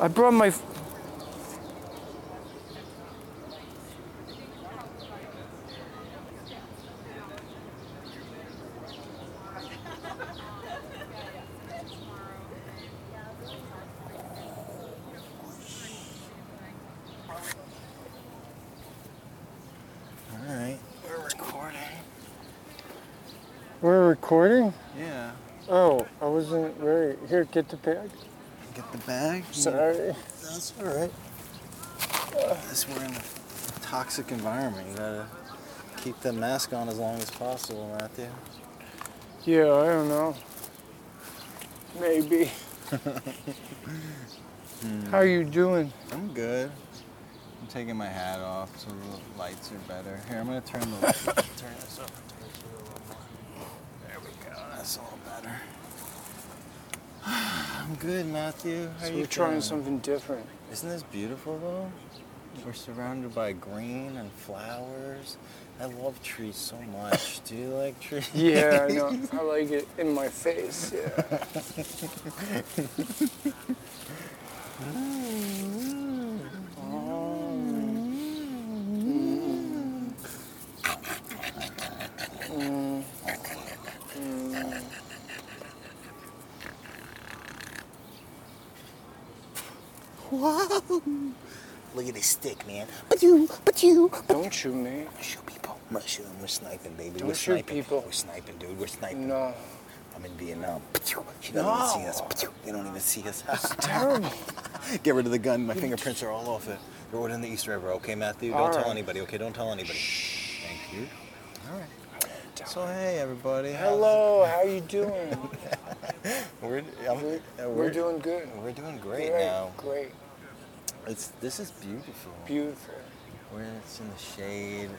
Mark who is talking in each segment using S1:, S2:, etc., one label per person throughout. S1: I brought my. f-
S2: All right. We're recording.
S1: We're recording?
S2: Yeah.
S1: Oh, I wasn't ready. Here, get the bag.
S2: Get the bag.
S1: Sorry.
S2: That's all right. This we're in a toxic environment. You gotta keep that mask on as long as possible, Matthew.
S1: Yeah, I don't know. Maybe. How you doing?
S2: I'm good. I'm taking my hat off so the lights are better. Here, I'm gonna turn the light. turn this up. There we go. That's all better. I'm good, Matthew. How
S1: so
S2: you
S1: we're trying
S2: feeling?
S1: something different.
S2: Isn't this beautiful though? We're surrounded by green and flowers. I love trees so much. Do you like trees?
S1: Yeah, I know. I like it in my face. Yeah.
S2: Whoa! Look at this stick, man. But you, but you.
S1: Don't shoot me.
S2: Shoot people. I'm not shooting. We're sniping, baby.
S1: Don't
S2: We're
S1: shoot
S2: sniping.
S1: people.
S2: We're sniping, dude. We're sniping.
S1: No.
S2: I'm in Vietnam. You don't
S1: No.
S2: even see us. They don't even see us.
S1: Terrible.
S2: Get rid of the gun. My fingerprints are all off it. Throw it in the East River, okay, Matthew? Don't
S1: All
S2: tell
S1: right.
S2: anybody, okay? Don't tell anybody. Thank you. All right. So hey everybody. how's it-
S1: Hello, how you doing?
S2: We're, I'm,
S1: We're,
S2: uh,
S1: we're doing good.
S2: We're doing great
S1: Great,
S2: now.
S1: Great.
S2: It's this is beautiful.
S1: Beautiful.
S2: We're it's in the shade.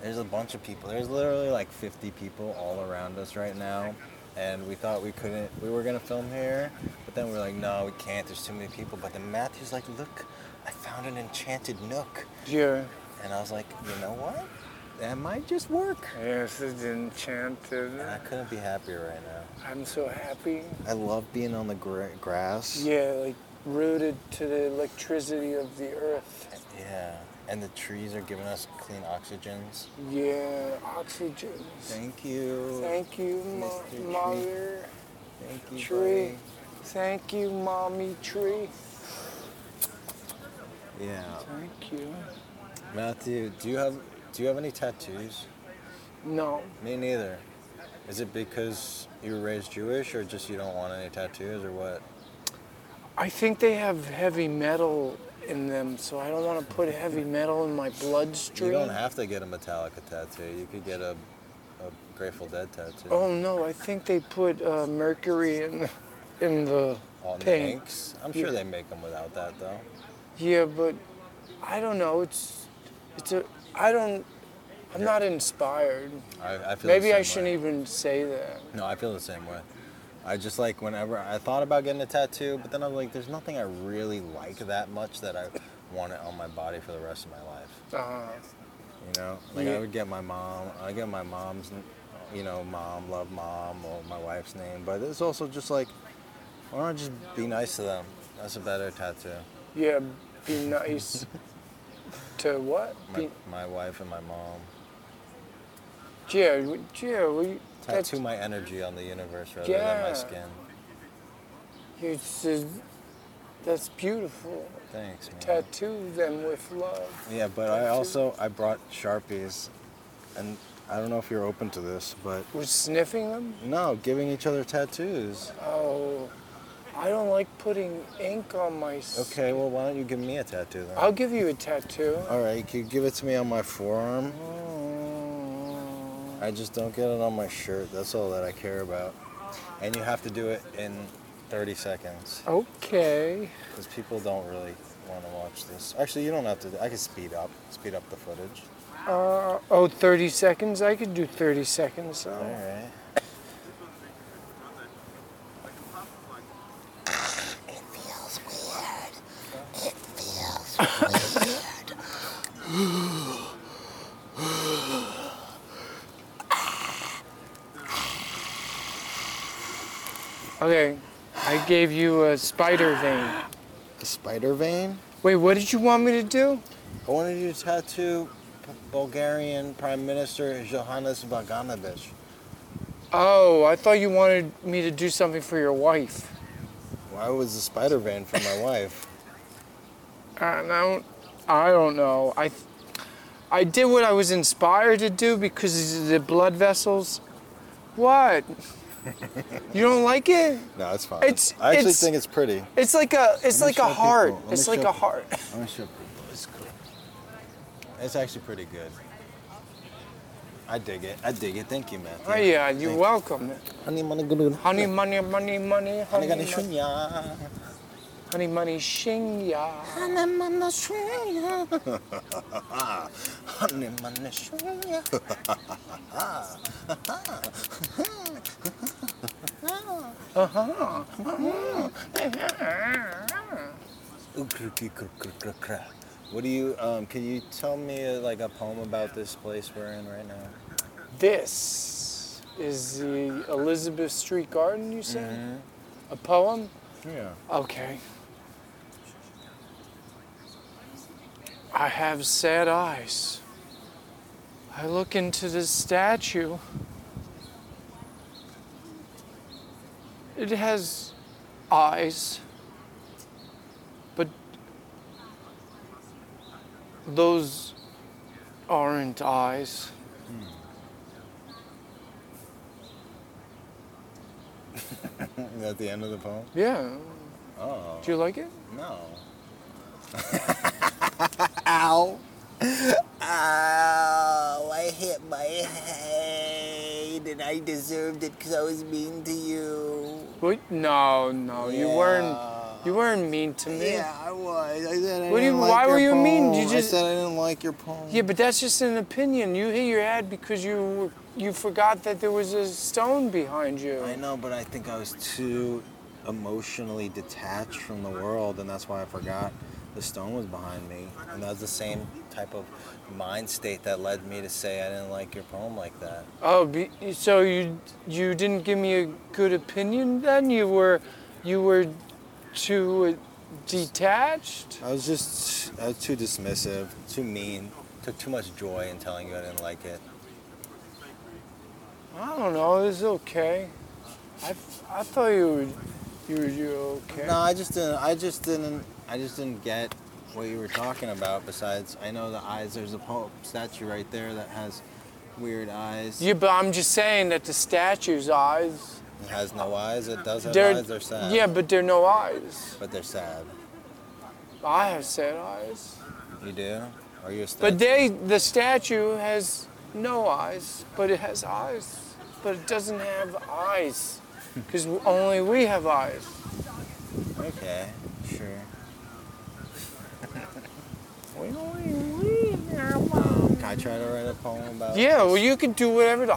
S2: There's a bunch of people. There's literally like 50 people all around us right now, and we thought we couldn't. We were gonna film here, but then we were like, no, we can't. There's too many people. But then Matthew's like, look, I found an enchanted nook,
S1: Yeah.
S2: and I was like, you know what? That might just work.
S1: Yes, it's enchanted.
S2: And I couldn't be happier right now.
S1: I'm so happy.
S2: I love being on the gra- grass.
S1: Yeah, like rooted to the electricity of the earth.
S2: Yeah, and the trees are giving us clean oxygens.
S1: Yeah, oxygen.
S2: Thank you.
S1: Thank you,
S2: Mr. Tree.
S1: mo- mother.
S2: Thank you,
S1: Tree. Thank you, mommy tree.
S2: buddy. Yeah.
S1: Thank you.
S2: Matthew, do you have do you have any tattoos?
S1: No,
S2: Me neither. Is it because you were raised Jewish, or just you don't want any tattoos, or what?
S1: I think they have heavy metal in them, so I don't want to put heavy metal in my bloodstream.
S2: You don't have to get a Metallica tattoo. You could get a, a Grateful Dead tattoo.
S1: Oh no, I think they put uh, mercury in, in the
S2: On the
S1: paint.
S2: inks. I'm sure
S1: Yeah.
S2: they make them without that though.
S1: Yeah, but I don't know. It's it's a I don't I'm not inspired.
S2: I, I feel the
S1: Maybe I
S2: same way.
S1: shouldn't even say that.
S2: No, I feel the same way. I just like whenever I thought about getting a tattoo, but then I'm like, there's nothing I really like that much that I want it on my body for the rest of my life.
S1: Uh,
S2: You know, like
S1: Yeah.
S2: I would get my mom, I get my mom's, you know, mom, love mom, or my wife's name, but it's also just like, why don't I just be nice to them? That's a better tattoo.
S1: yeah, be nice to what?
S2: My,
S1: Be,
S2: my wife and my mom.
S1: yeah, w- yeah. Well, you- that's
S2: Tattoo my energy on the universe rather than
S1: Yeah.
S2: my skin.
S1: it's just, that's beautiful.
S2: Thanks, man.
S1: Tattoo them with love.
S2: Yeah, but I
S1: Tattoo.
S2: also I brought sharpies, and I don't know if you're open to this, but
S1: We're sniffing them.
S2: no, giving each other tattoos.
S1: Oh, I don't like putting ink on my. s-
S2: Okay, well why don't you give me a tattoo then?
S1: I'll give you a tattoo.
S2: All right, can you give it to me on my forearm?
S1: Oh.
S2: I just don't get it on my shirt. That's all that I care about. And you have to do it in 30 seconds
S1: Okay.
S2: because people don't really want to watch this. Actually, you don't have to. do- I can speed up, speed up the footage.
S1: Uh, oh, 30 seconds? I could do 30 seconds.
S2: All
S1: Oh.
S2: right.
S1: Okay. I gave you a spider vein.
S2: a spider vein.
S1: Wait, what did you want me to do?
S2: I wanted you to tattoo P- Bulgarian Prime Minister Johannes Vaganovich.
S1: Oh, I thought you wanted me to do something for your wife.
S2: Why was the spider vein for my wife?
S1: Um, I don't, I don't know. I, th- I did what I was inspired to do because of the blood vessels. What? you don't like it?
S2: No, it's fine.
S1: It's-
S2: I actually
S1: it's-
S2: think it's pretty.
S1: It's like a, it's
S2: Let me
S1: like
S2: show
S1: a heart.
S2: people. Let me
S1: It's like
S2: show
S1: a heart.
S2: I'm gonna show people. It's cool. It's actually pretty good. I dig it. I dig it. Thank you, Matthew.
S1: Oh yeah, you're
S2: Thank-
S1: welcome.
S2: Honey, money, good.
S1: Honey, money, money, money, honey,
S2: Honey,
S1: money,
S2: honey, shunya.
S1: honey, money, shing ya.
S2: Honey, money, shunya. Honey, money, shunya. Ooh, cr- cr- cr- cr- cr- cr- What do you, um, can you tell me uh, like a poem about this place we're in right now?
S1: This is the Elizabeth Street Garden. You said a poem.
S2: Yeah.
S1: Okay. I have sad eyes. I look into this statue. It has eyes, but those aren't eyes.
S2: Is that the end of the poem?
S1: Yeah.
S2: Oh,
S1: Do you like it?
S2: no. Ow. Ow, I hit my head and I deserved it because I was mean to you.
S1: What? No, no, Oh, you weren't.
S2: Yeah.
S1: You weren't mean to me.
S2: Yeah, I was. I said I
S1: What do you-
S2: didn't like
S1: why
S2: your
S1: were you mean? You
S2: poem.
S1: just-
S2: I said I didn't like your poem.
S1: Yeah, but that's just an opinion. You hit your head because you were- you forgot that there was a stone behind you.
S2: I know, but I think I was too emotionally detached from the world, and that's why I forgot the stone was behind me. And that was the same type of mind state that led me to say I didn't like your poem like that.
S1: Oh, be, so you you didn't give me a good opinion then? You were you were too uh, detached.
S2: I was just I was too dismissive, too mean, took too much joy in telling you I didn't like it.
S1: I don't know. It was okay. I, I thought you were you were you were okay.
S2: No, I just didn't. I just didn't. I just didn't get what you were talking about. Besides, I know the eyes. There's a pope statue right there that has weird eyes.
S1: Yeah, but I'm just saying that the statue's eyes.
S2: It has no eyes. It does have
S1: They're,
S2: eyes. They're sad.
S1: yeah, but they're no eyes.
S2: But they're sad.
S1: I have sad eyes.
S2: You do? Are you a statue?
S1: But they, the statue has no eyes, but it has eyes. But it doesn't have eyes, because only we have eyes.
S2: Okay, sure. Um, can I try to write a poem about?
S1: Yeah, well, you can do whatever the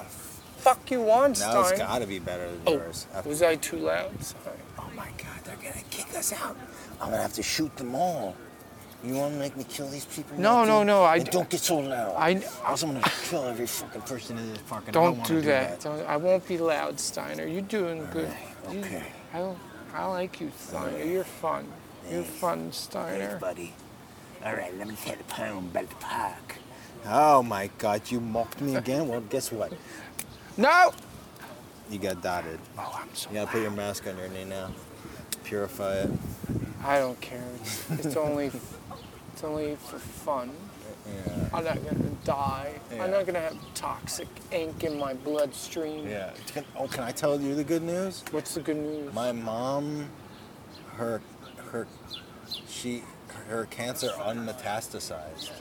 S1: fuck you want,
S2: Now it's
S1: Stein.
S2: gotta be better than yours.
S1: oh, was I too loud? Sorry.
S2: Oh my god, they're gonna kick us out. I'm gonna have to shoot them all. You wanna make me kill these people?
S1: No,
S2: Matthew?
S1: no, no, I-
S2: And don't get so loud.
S1: I-
S2: also gonna kill every fucking person in this parking
S1: Don't
S2: wanna
S1: do that. Don't- I won't be loud, Steiner. You're doing good. You-
S2: okay.
S1: I, I like you, Steiner. You're fun. You're fun, Steiner.
S2: buddy. All right, let me tell the poem about the park. Oh my god, you mocked me again? Well, guess what?
S1: No.
S2: You got dotted.
S1: Oh, I'm so.
S2: You gotta put your mask on your knee now. Purify it.
S1: I don't care. It's, it's only, it's only for fun.
S2: Yeah.
S1: I'm not gonna die.
S2: Yeah.
S1: I'm not gonna have toxic ink in my bloodstream.
S2: Yeah. Can- oh, can I tell you the good news?
S1: What's the good news?
S2: My mom, her, her, she, her cancer unmetastasized.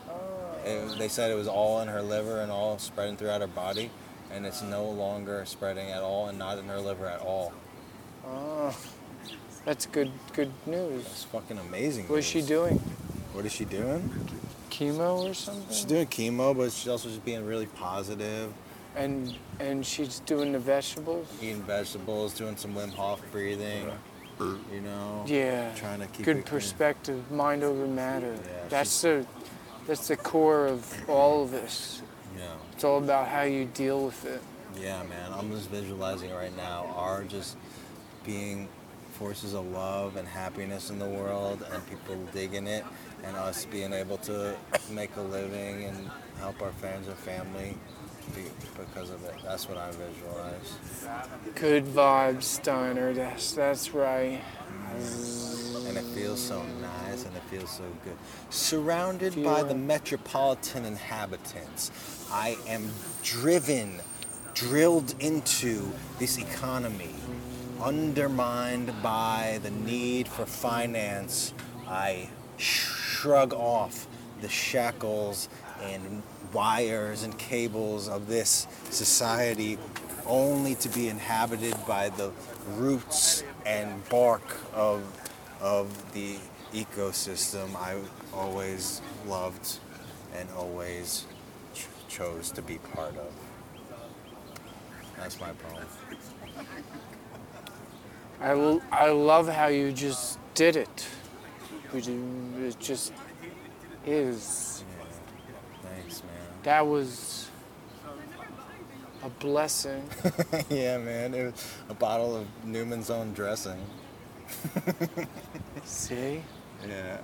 S2: It- they said it was all in her liver and all spreading throughout her body, and it's no longer spreading at all and not in her liver at all.
S1: Ah, That's good. Good news.
S2: It's fucking amazing.
S1: What is she
S2: news.
S1: doing?
S2: What is she doing?
S1: Chemo or something?
S2: She's doing chemo, but she's also just being really positive,
S1: and and she's doing the vegetables.
S2: eating vegetables, doing some Wim Hof breathing. You know.
S1: Yeah.
S2: Trying to keep
S1: good
S2: it clean.
S1: perspective. Mind over matter.
S2: Yeah,
S1: that's the that's the core of all of this.
S2: Yeah.
S1: It's all about how you deal with it.
S2: Yeah, man. I'm just visualizing right now. Our just being forces of love and happiness in the world and people digging it and us being able to make a living and help our friends and family be, because of it. That's what I visualize.
S1: Good vibes, Steiner. That's that's right.
S2: And it feels so nice and it feels so good. Surrounded by the metropolitan inhabitants, I am driven, drilled into this economy, undermined by the need for finance. I shrug off the shackles and wires and cables of this society only to be inhabited by the roots and bark of of the ecosystem I always loved and always ch- chose to be part of. That's my poem.
S1: I, l- I love how you just did it. You ju- It just is.
S2: Thanks, man.
S1: That was a blessing.
S2: yeah, man. It was a bottle of Newman's own dressing.
S1: See?
S2: Yeah.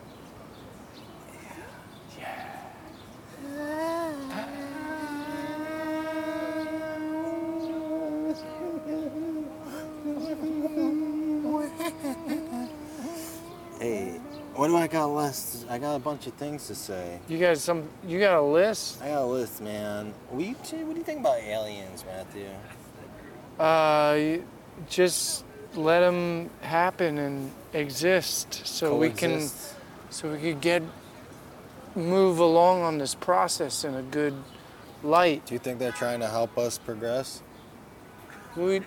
S2: Hey, what do I got left? I got a bunch of things to say.
S1: You got some. You got a list.
S2: I got a list, man. What do you, what do you think about aliens, Matthew?
S1: Uh, you- just let them happen and exist, so
S2: Coexist?
S1: we can, so we could get move along on this process in a good light.
S2: Do you think they're trying to help us progress?
S1: We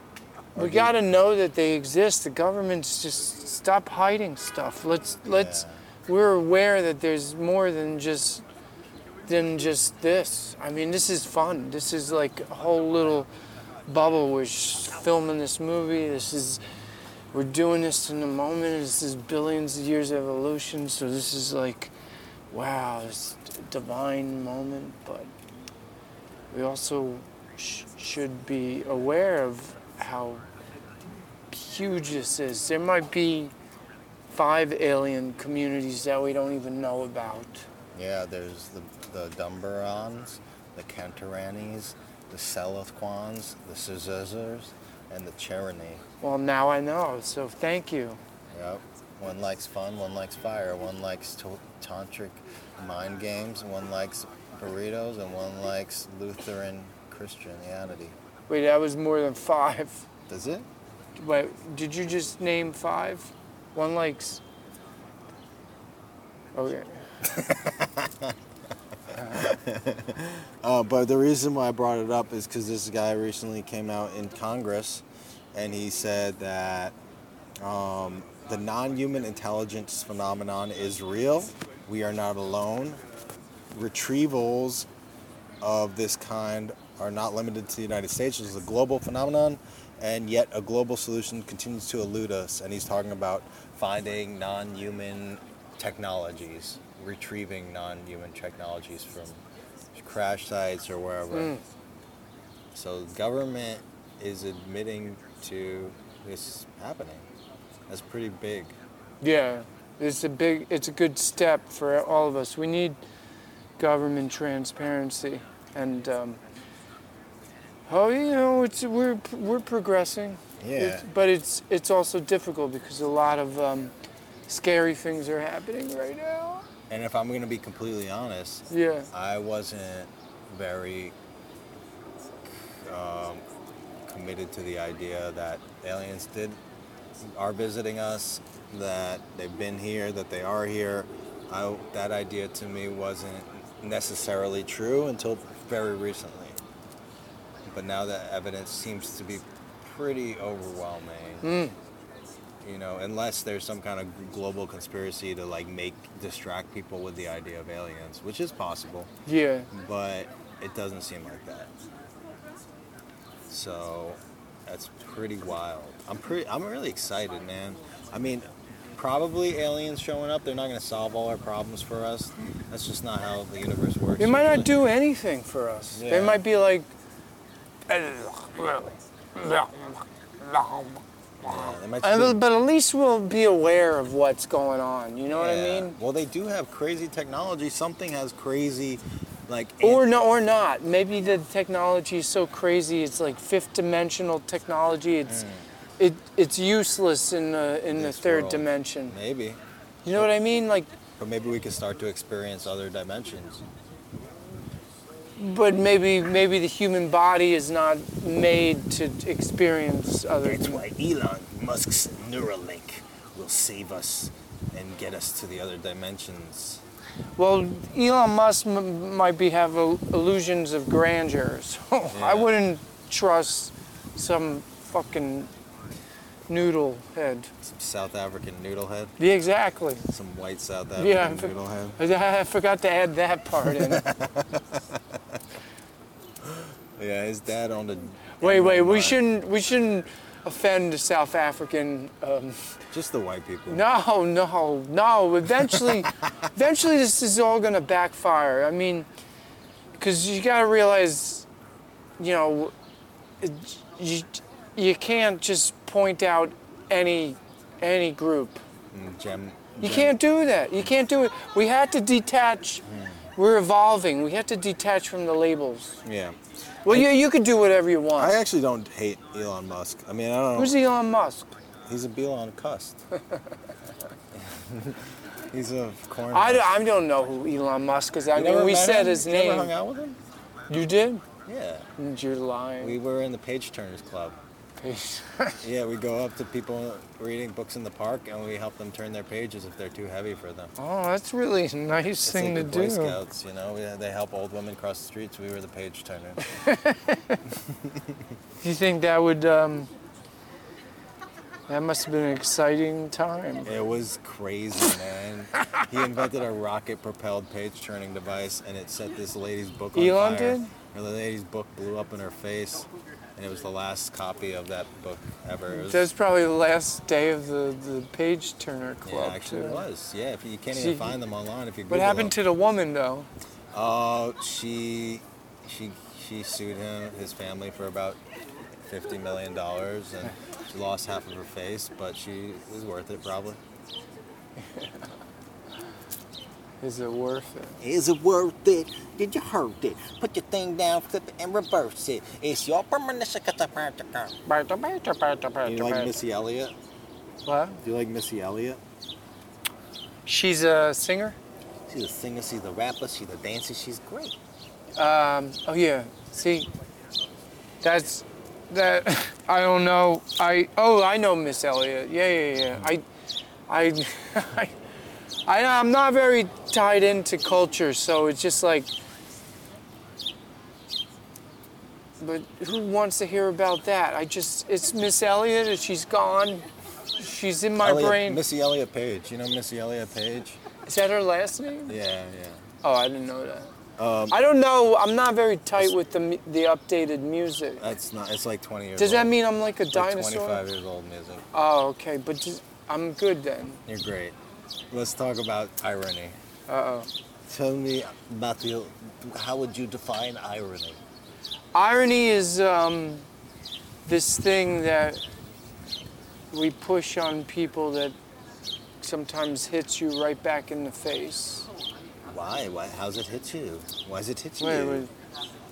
S1: we
S2: Okay.
S1: got to know that they exist. The government's just stop hiding stuff. Let's let's we're aware that there's more than just than just this. I mean, this is fun. This is like a whole little bubble. We're sh- filming this movie. This is we're doing this in the moment. This is billions of years of evolution. So this is like wow, this divine moment, but we also sh- should be aware of how huge this is. There might be five alien communities that we don't even know about.
S2: Yeah, there's the the Dumbarons, the Cantaranis, the Selithquans, the Suzuzers, and the Cherony.
S1: Well, now I know, so thank you.
S2: Yep. One likes fun, one likes fire, one likes to- tantric mind games, one likes burritos, and one likes Lutheran Christianity.
S1: Wait, that was more than five.
S2: Does it?
S1: Wait, did you just name five? One likes. Okay.
S2: Uh, but the reason why I brought it up is because this guy recently came out in Congress, and he said that um, the non-human intelligence phenomenon is real. We are not alone. Retrievals of this kind are not limited to the United States. It's a global phenomenon, and yet a global solution continues to elude us. And he's talking about finding non human technologies, retrieving non human technologies from crash sites or wherever. So, government is admitting to this happening. That's pretty big.
S1: Yeah, it's a big, it's a good step for all of us. We need government transparency, and um, oh, you know, it's we're we're progressing.
S2: Yeah.
S1: It's- but it's it's also difficult because a lot of um, scary things are happening right now.
S2: And if I'm going to be completely honest,
S1: Yeah.
S2: I wasn't very um, committed to the idea that aliens did are visiting us, that they've been here, that they are here. I, that idea to me wasn't necessarily true until very recently. But now that evidence seems to be pretty overwhelming you know, unless there's some kind of global conspiracy to like make distract people with the idea of aliens, which is possible,
S1: Yeah.
S2: but it doesn't seem like that. So that's pretty wild. I'm pretty I'm really excited, man. I mean, probably aliens showing up, they're not going to solve all our problems for us. That's just not how the universe works.
S1: They might not do
S2: usually.
S1: anything for us.
S2: Yeah.
S1: They might be like,
S2: Yeah, they might
S1: Uh,
S2: still-
S1: but- but at least we'll be aware of what's going on. You know what
S2: Yeah.
S1: I mean?
S2: Well, they do have crazy technology. Something has crazy, like.
S1: Or no, or not. Maybe the technology is so crazy. It's like fifth dimensional technology. It's it it's useless in the in
S2: Mm. This
S1: the third
S2: world.
S1: dimension.
S2: Maybe,
S1: You know what I mean? Like,
S2: but maybe we could start to experience other dimensions.
S1: but maybe maybe the human body is not made to experience other.
S2: That's why Elon Musk's Neuralink will save us and get us to the other dimensions.
S1: Well, Elon Musk m- might be have il- illusions of grandeur, so I
S2: Yeah.
S1: wouldn't trust some fucking noodle head.
S2: Some South African noodlehead,
S1: Yeah, exactly.
S2: some white South African
S1: Yeah, I for-
S2: noodlehead.
S1: I I forgot to add that part in.
S2: Yeah, his dad owned a.
S1: wait, wait, we
S2: mine.
S1: shouldn't we shouldn't offend South African. Um,
S2: Just the white people.
S1: no, no, no. Eventually, eventually, this is all gonna backfire. I mean, because you gotta realize, you know, it, you you can't just point out any any group.
S2: Mm, Gem.
S1: You
S2: gem-
S1: can't do that. You can't do it. We had to detach.
S2: Hmm.
S1: We're evolving. We have to detach from the labels.
S2: Yeah.
S1: Well, you you could do whatever you want.
S2: I actually don't hate Elon Musk. I mean, I don't.
S1: Who's Elon Musk?
S2: He's a Elon Cust. He's a corn.
S1: I, don't- I don't know who Elon Musk is. I mean, we said his
S2: you Never hung
S1: name.
S2: out with him?
S1: You did?
S2: Yeah.
S1: You're lying.
S2: We were in the Page Turners Club. Yeah, we go up to people reading books in the park and we help them turn their pages if they're too heavy for them.
S1: oh, that's really a nice
S2: It's
S1: thing
S2: like
S1: to
S2: the Boy
S1: do.
S2: Scouts, you know, we, they help old women cross the streets. We were the page turners.
S1: Do you think that would? Um, that must have been an exciting time.
S2: It was crazy, man. he invented a rocket-propelled page-turning device, and it set this lady's book on
S1: Elon
S2: fire.
S1: did?
S2: And the lady's book blew up in her face, and it was the last copy of that book ever. It was,
S1: That was probably the last day of the, the Page Turner
S2: yeah,
S1: Club.
S2: actually
S1: too.
S2: it was. Yeah, if you, you can't
S1: See,
S2: even find them online if you.
S1: What
S2: Google
S1: happened
S2: them.
S1: to the woman though?
S2: Oh, she, she, she sued him, his family, for about fifty million dollars, and she lost half of her face, but she was worth it probably.
S1: Is it worth it?
S2: Is it worth it? Did you hurt it? Put your thing down, flip it, and reverse it. It's your permanent. Do you like Missy Elliott?
S1: What?
S2: Do you like Missy Elliott?
S1: She's a singer.
S2: She's a singer, she's a rapper, she's a dancer, she's great.
S1: Um, oh yeah. See, that's that. I don't know. I oh I know Miss Elliott. Yeah yeah yeah. I I I, I I'm not very tied into culture, so it's just like. But who wants to hear about that? I just it's Miss Elliott. and She's gone. She's in my
S2: Elliott-
S1: brain.
S2: Missy Elliott Page. You know Missy Elliott Page?
S1: Is that her last name?
S2: Yeah, yeah.
S1: Oh, I didn't know that. I don't know. I'm not very tight with the mu- the updated music.
S2: That's not, it's like 20 years
S1: Does that
S2: old.
S1: mean I'm like a
S2: Like
S1: dinosaur?
S2: 25 years old music.
S1: Oh, okay. But just, I'm good then.
S2: You're great. Let's talk about irony.
S1: Uh oh.
S2: Tell me, Matthew, how would you define irony?
S1: Irony is um, this thing that we push on people that sometimes hits you right back in the face.
S2: Why? Why? How's it hit you? Why does it hit you?
S1: Wait, wait.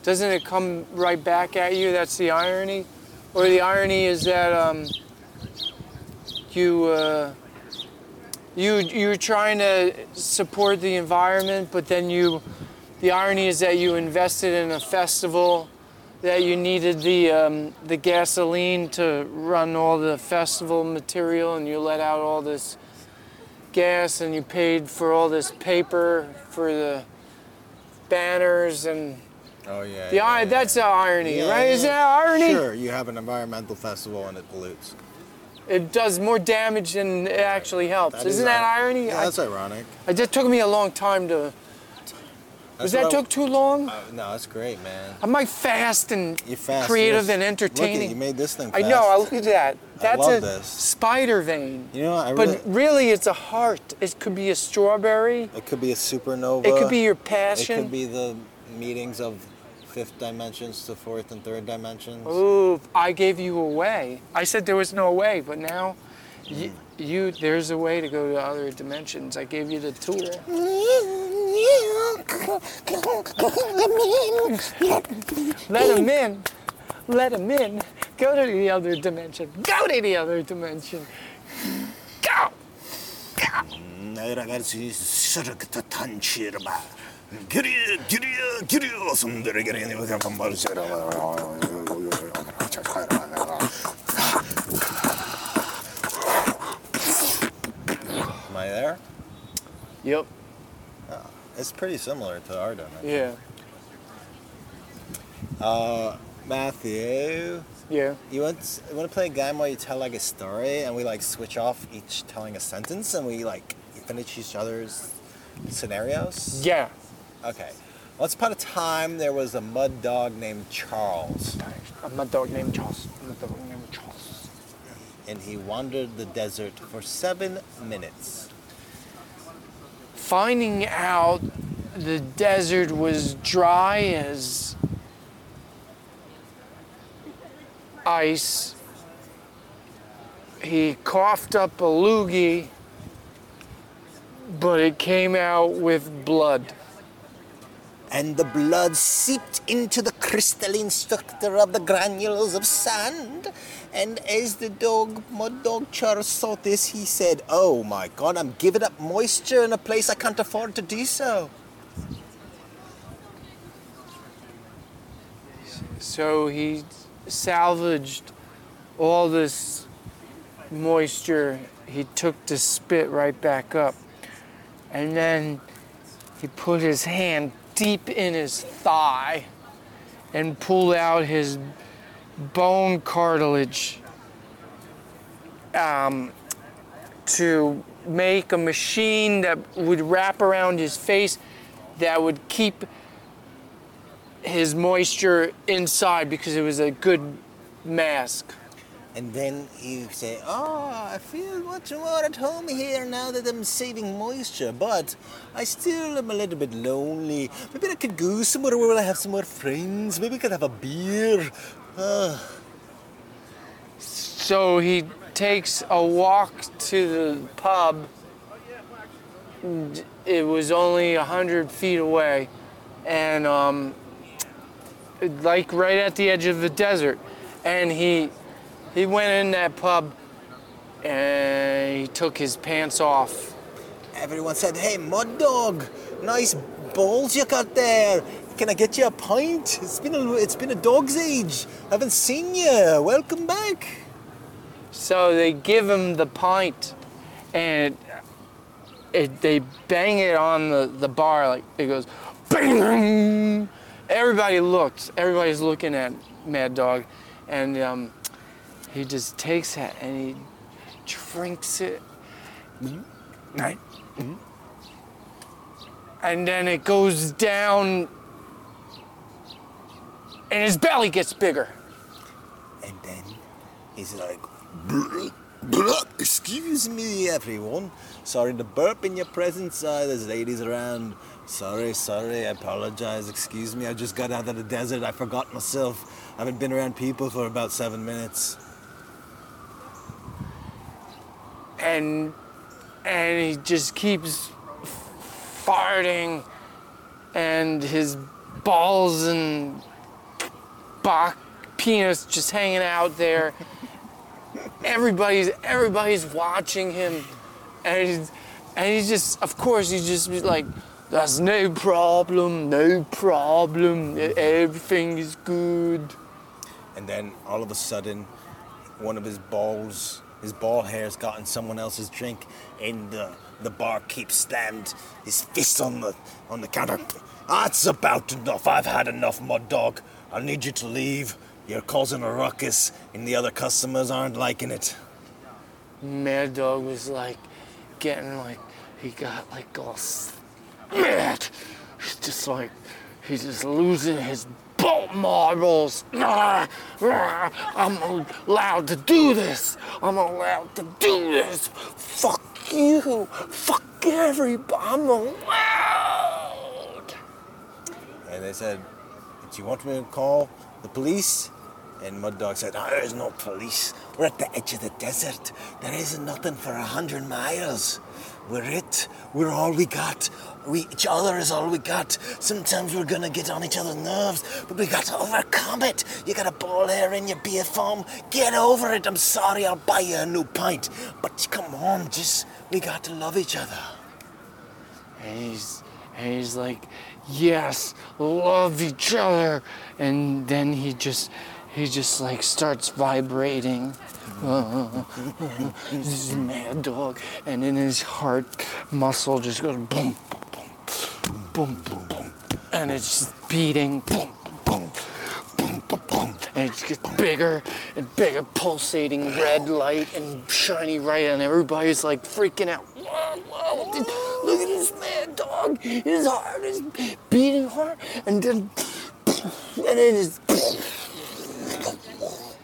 S1: Doesn't it come right back at you? That's the irony. Or the irony is that um, you uh, you you're trying to support the environment, but then you the irony is that you invested in a festival that you needed the um, the gasoline to run all the festival material, and you let out all this gas, and you paid for all this paper for the banners and
S2: Oh yeah.
S1: the
S2: yeah,
S1: ir-
S2: yeah.
S1: that's the irony,
S2: Yeah,
S1: right?
S2: yeah.
S1: Isn't that irony?
S2: Sure, you have an environmental festival and it pollutes.
S1: It does more damage than it actually helps.
S2: That
S1: Isn't
S2: is
S1: that
S2: ir-
S1: irony?
S2: Yeah, that's ironic.
S1: I, it just took me a long time to. Was
S2: That's
S1: that
S2: what I-
S1: took too long?
S2: Uh, no, that's great, man.
S1: I might fast and
S2: You fast.
S1: creative
S2: Yes.
S1: and
S2: Look at, you
S1: entertaining.
S2: made this thing.
S1: I
S2: Fast.
S1: know. I look at that. That's
S2: love
S1: a
S2: this.
S1: spider vein.
S2: You know, I really.
S1: But really, it's a heart. It could be a strawberry.
S2: it could be a supernova.
S1: It could be your
S2: It
S1: passion.
S2: could be the meetings of fifth dimensions to fourth and third dimensions.
S1: Ooh, I gave you a way. I said there was no way, but now
S2: Mm.
S1: y- you there's a way to go to other dimensions. I gave you the tool. Let him in. Let him in. Go to the other dimension. Go to the other dimension. Go.
S3: 내 라가르시 서르그다 탄치르바 기리 기리 기리 손들의 기리 내가 반발을 시라
S2: Am I there?
S1: Yep.
S2: It's pretty similar to our dimension.
S1: Yeah.
S2: Uh, Matthew,
S1: Yeah.
S2: you want you want to play a game where you tell like a story and we like switch off each telling a sentence and we like finish each other's scenarios?
S1: Yeah.
S2: Okay. Once upon a time, there was a mud dog named Charles,
S1: I'm a dog named Charles. I'm a dog named Charles.
S2: and he wandered the desert for seven minutes.
S1: finding out the desert was dry as ice, he coughed up a loogie, but it came out with blood.
S2: And the blood seeped into the crystalline structure of the granules of sand. And as the dog, mud dog Charles saw this, he said, Oh my god, I'm giving up moisture in a place I can't afford to do so.
S1: So he salvaged all this moisture. He took the spit right back up. And then he put his hand deep in his thigh and pulled out his bone cartilage um, to make a machine that would wrap around his face that would keep his moisture inside because it was a good mask.
S2: And then he said, Oh, I feel much more at home here now that I'm saving moisture, but I still am a little bit lonely. Maybe I could go somewhere where I have some more friends. Maybe I could have a beer. Ah, Ugh.
S1: So he takes a walk to the pub. It was only a hundred feet away, and um, like right at the edge of the desert. And he he went in that pub and he took his pants off.
S2: Everyone said, Hey, Mud Dog, nice balls you got there. Can I get you a pint? It's been a, it's been a dog's age. I haven't seen you. Welcome back.
S1: So they give him the pint, and it, it, they bang it on the, the bar like it goes, bang. Everybody looks. Everybody's looking at Mad Dog, and um, he just takes that and he drinks it. Right. And then it goes down, and his belly gets bigger.
S2: And then he's like, Excuse me, everyone. Sorry to burp in your presence. Uh, there's ladies around. Sorry, sorry. I apologize. Excuse me. I just got out of the desert. I forgot myself. I haven't been around people for about seven minutes.
S1: and and he just keeps farting and his balls and bach penis just hanging out there everybody's everybody's watching him and he's, and he's just of course he's just like that's no problem no problem E-, everything is good
S2: And then all of a sudden, one of his balls, his ball hair's got in someone else's drink, and the, the barkeep slammed his fist on the on the counter. That's about enough. I've had enough, mud dog. I need you to leave. You're causing a ruckus, and the other customers aren't liking it.
S1: Mad Dog was like getting like he got like all s- mad. He's just like he's just losing his bolt marbles. Ah, ah, I'm allowed to do this. I'm allowed to do this. Fuck you. Fuck everybody. I'm allowed.
S2: And they said, Do you want me to call the police? And Mud Dog said,
S3: There is no police. We're at the edge of the desert. There isn't nothing for a hundred miles. We're it. We're all we got. We each other is all we got. Sometimes we're gonna get on each other's nerves, but we got to overcome it. You got a ball hair in your beer form. Get over it. I'm sorry. I'll buy you a new pint. But come on, just we got to love each other.
S1: And he's, and he's like, yes, love each other. And then he just, he just like starts vibrating. this is mad dog. And in his heart, muscle just goes boom, boom, boom, boom, boom. And it's just beating, boom, boom, boom, boom, boom. And it just gets bigger and bigger, pulsating red light and shiny light. And everybody's like freaking out. Whoa, whoa, did- look at this mad dog. His heart is beating hard. And then, and it is.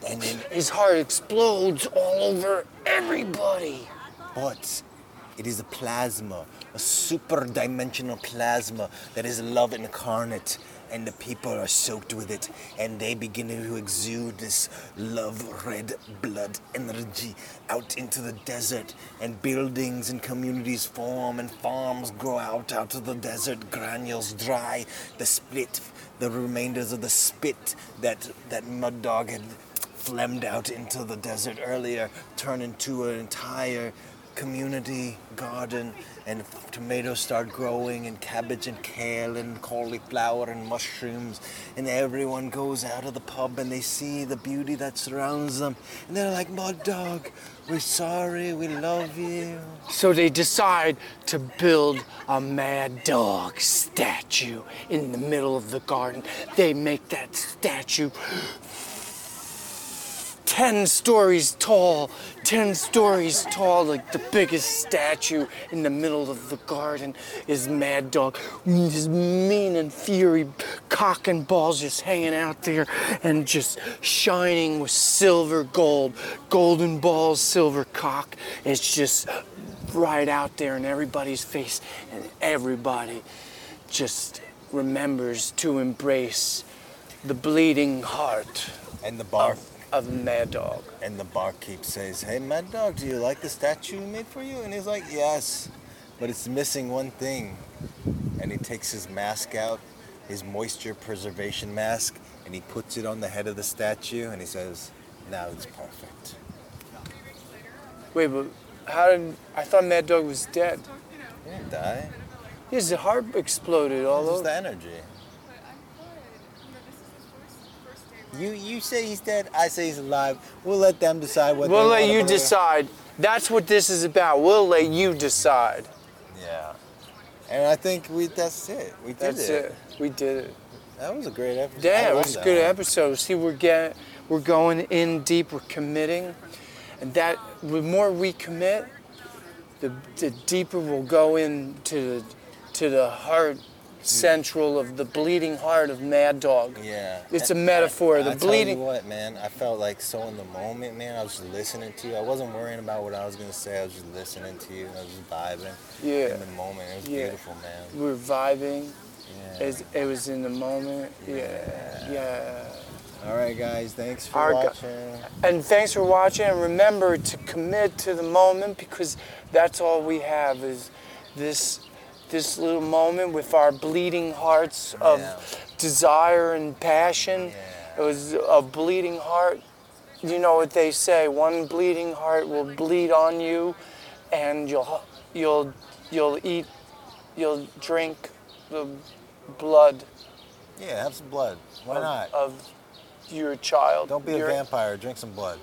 S2: and then,
S1: His heart explodes all over everybody.
S2: but it is a plasma, a super dimensional plasma that is love incarnate. And the people are soaked with it, and they begin to exude this love red blood energy out into the desert. And buildings and communities form, and farms grow out out of the desert. Granules dry, the split, the remainders of the spit that that mud dog had phlegmed out into the desert earlier turn into an entire community garden and f- tomatoes start growing and cabbage and kale and cauliflower and mushrooms and everyone goes out of the pub and they see the beauty that surrounds them and they're like mud dog we're sorry we love you
S1: So they decide to build a mad dog statue in the middle of the garden. They make that statue 10 stories tall, 10 stories tall, like the biggest statue in the middle of the garden is Mad Dog. His mean and fury cock and balls just hanging out there and just shining with silver gold. Golden balls, silver cock. It's just right out there in everybody's face, and everybody just remembers to embrace the bleeding heart
S2: and the bar
S1: of Mad Dog.
S2: And the barkeep says, Hey, Mad Dog, do you like the statue we made for you? And he's like, Yes, but it's missing one thing. And he takes his mask out, his moisture preservation mask, and he puts it on the head of the statue and he says, Now it's perfect.
S1: Wait, but how did I thought Mad Dog was dead?
S2: He didn't die.
S1: His heart exploded
S2: It
S1: all
S2: was just
S1: over.
S2: the energy. You, you say he's dead, I say he's alive. We'll let them decide what
S1: We'll
S2: they
S1: let
S2: want
S1: you
S2: to believe.
S1: decide. That's what this is about. We'll let you decide.
S2: Yeah. And I think we that's it. We did
S1: That's
S2: it.
S1: it. We did it.
S2: That was a great episode. I
S1: Yeah, it
S2: love
S1: was a
S2: that
S1: good
S2: one.
S1: episode. See, we're get, we're going in deep. We're committing, and that the more we commit, the, the deeper we'll go into the, to the heart central of the bleeding heart of Mad Dog.
S2: Yeah.
S1: It's a
S2: And
S1: metaphor.
S2: I
S1: The
S2: tell
S1: bleeding.
S2: you what, man, I felt like so in the moment, man. I was just listening to you. I wasn't worrying about what I was gonna say. I was just listening to you. I was just vibing.
S1: Yeah.
S2: In the moment, it was
S1: Yeah.
S2: beautiful, man.
S1: We're vibing.
S2: Yeah.
S1: It's, it was in the moment. Yeah.
S2: Yeah.
S1: Yeah.
S2: All right, guys. Thanks for
S1: Our gu-
S2: watching.
S1: And thanks for watching. And remember to commit to the moment because that's all we have is this this little moment with our bleeding hearts of
S2: Yeah.
S1: desire and passion. It
S2: Yeah.
S1: was a bleeding heart. You know what they say, one bleeding heart will bleed on you and you'll you'll you'll eat you'll drink the blood
S2: Yeah, have some blood. Why
S1: of,
S2: not?
S1: of your child.
S2: Don't be a
S1: your,
S2: vampire. Drink some blood.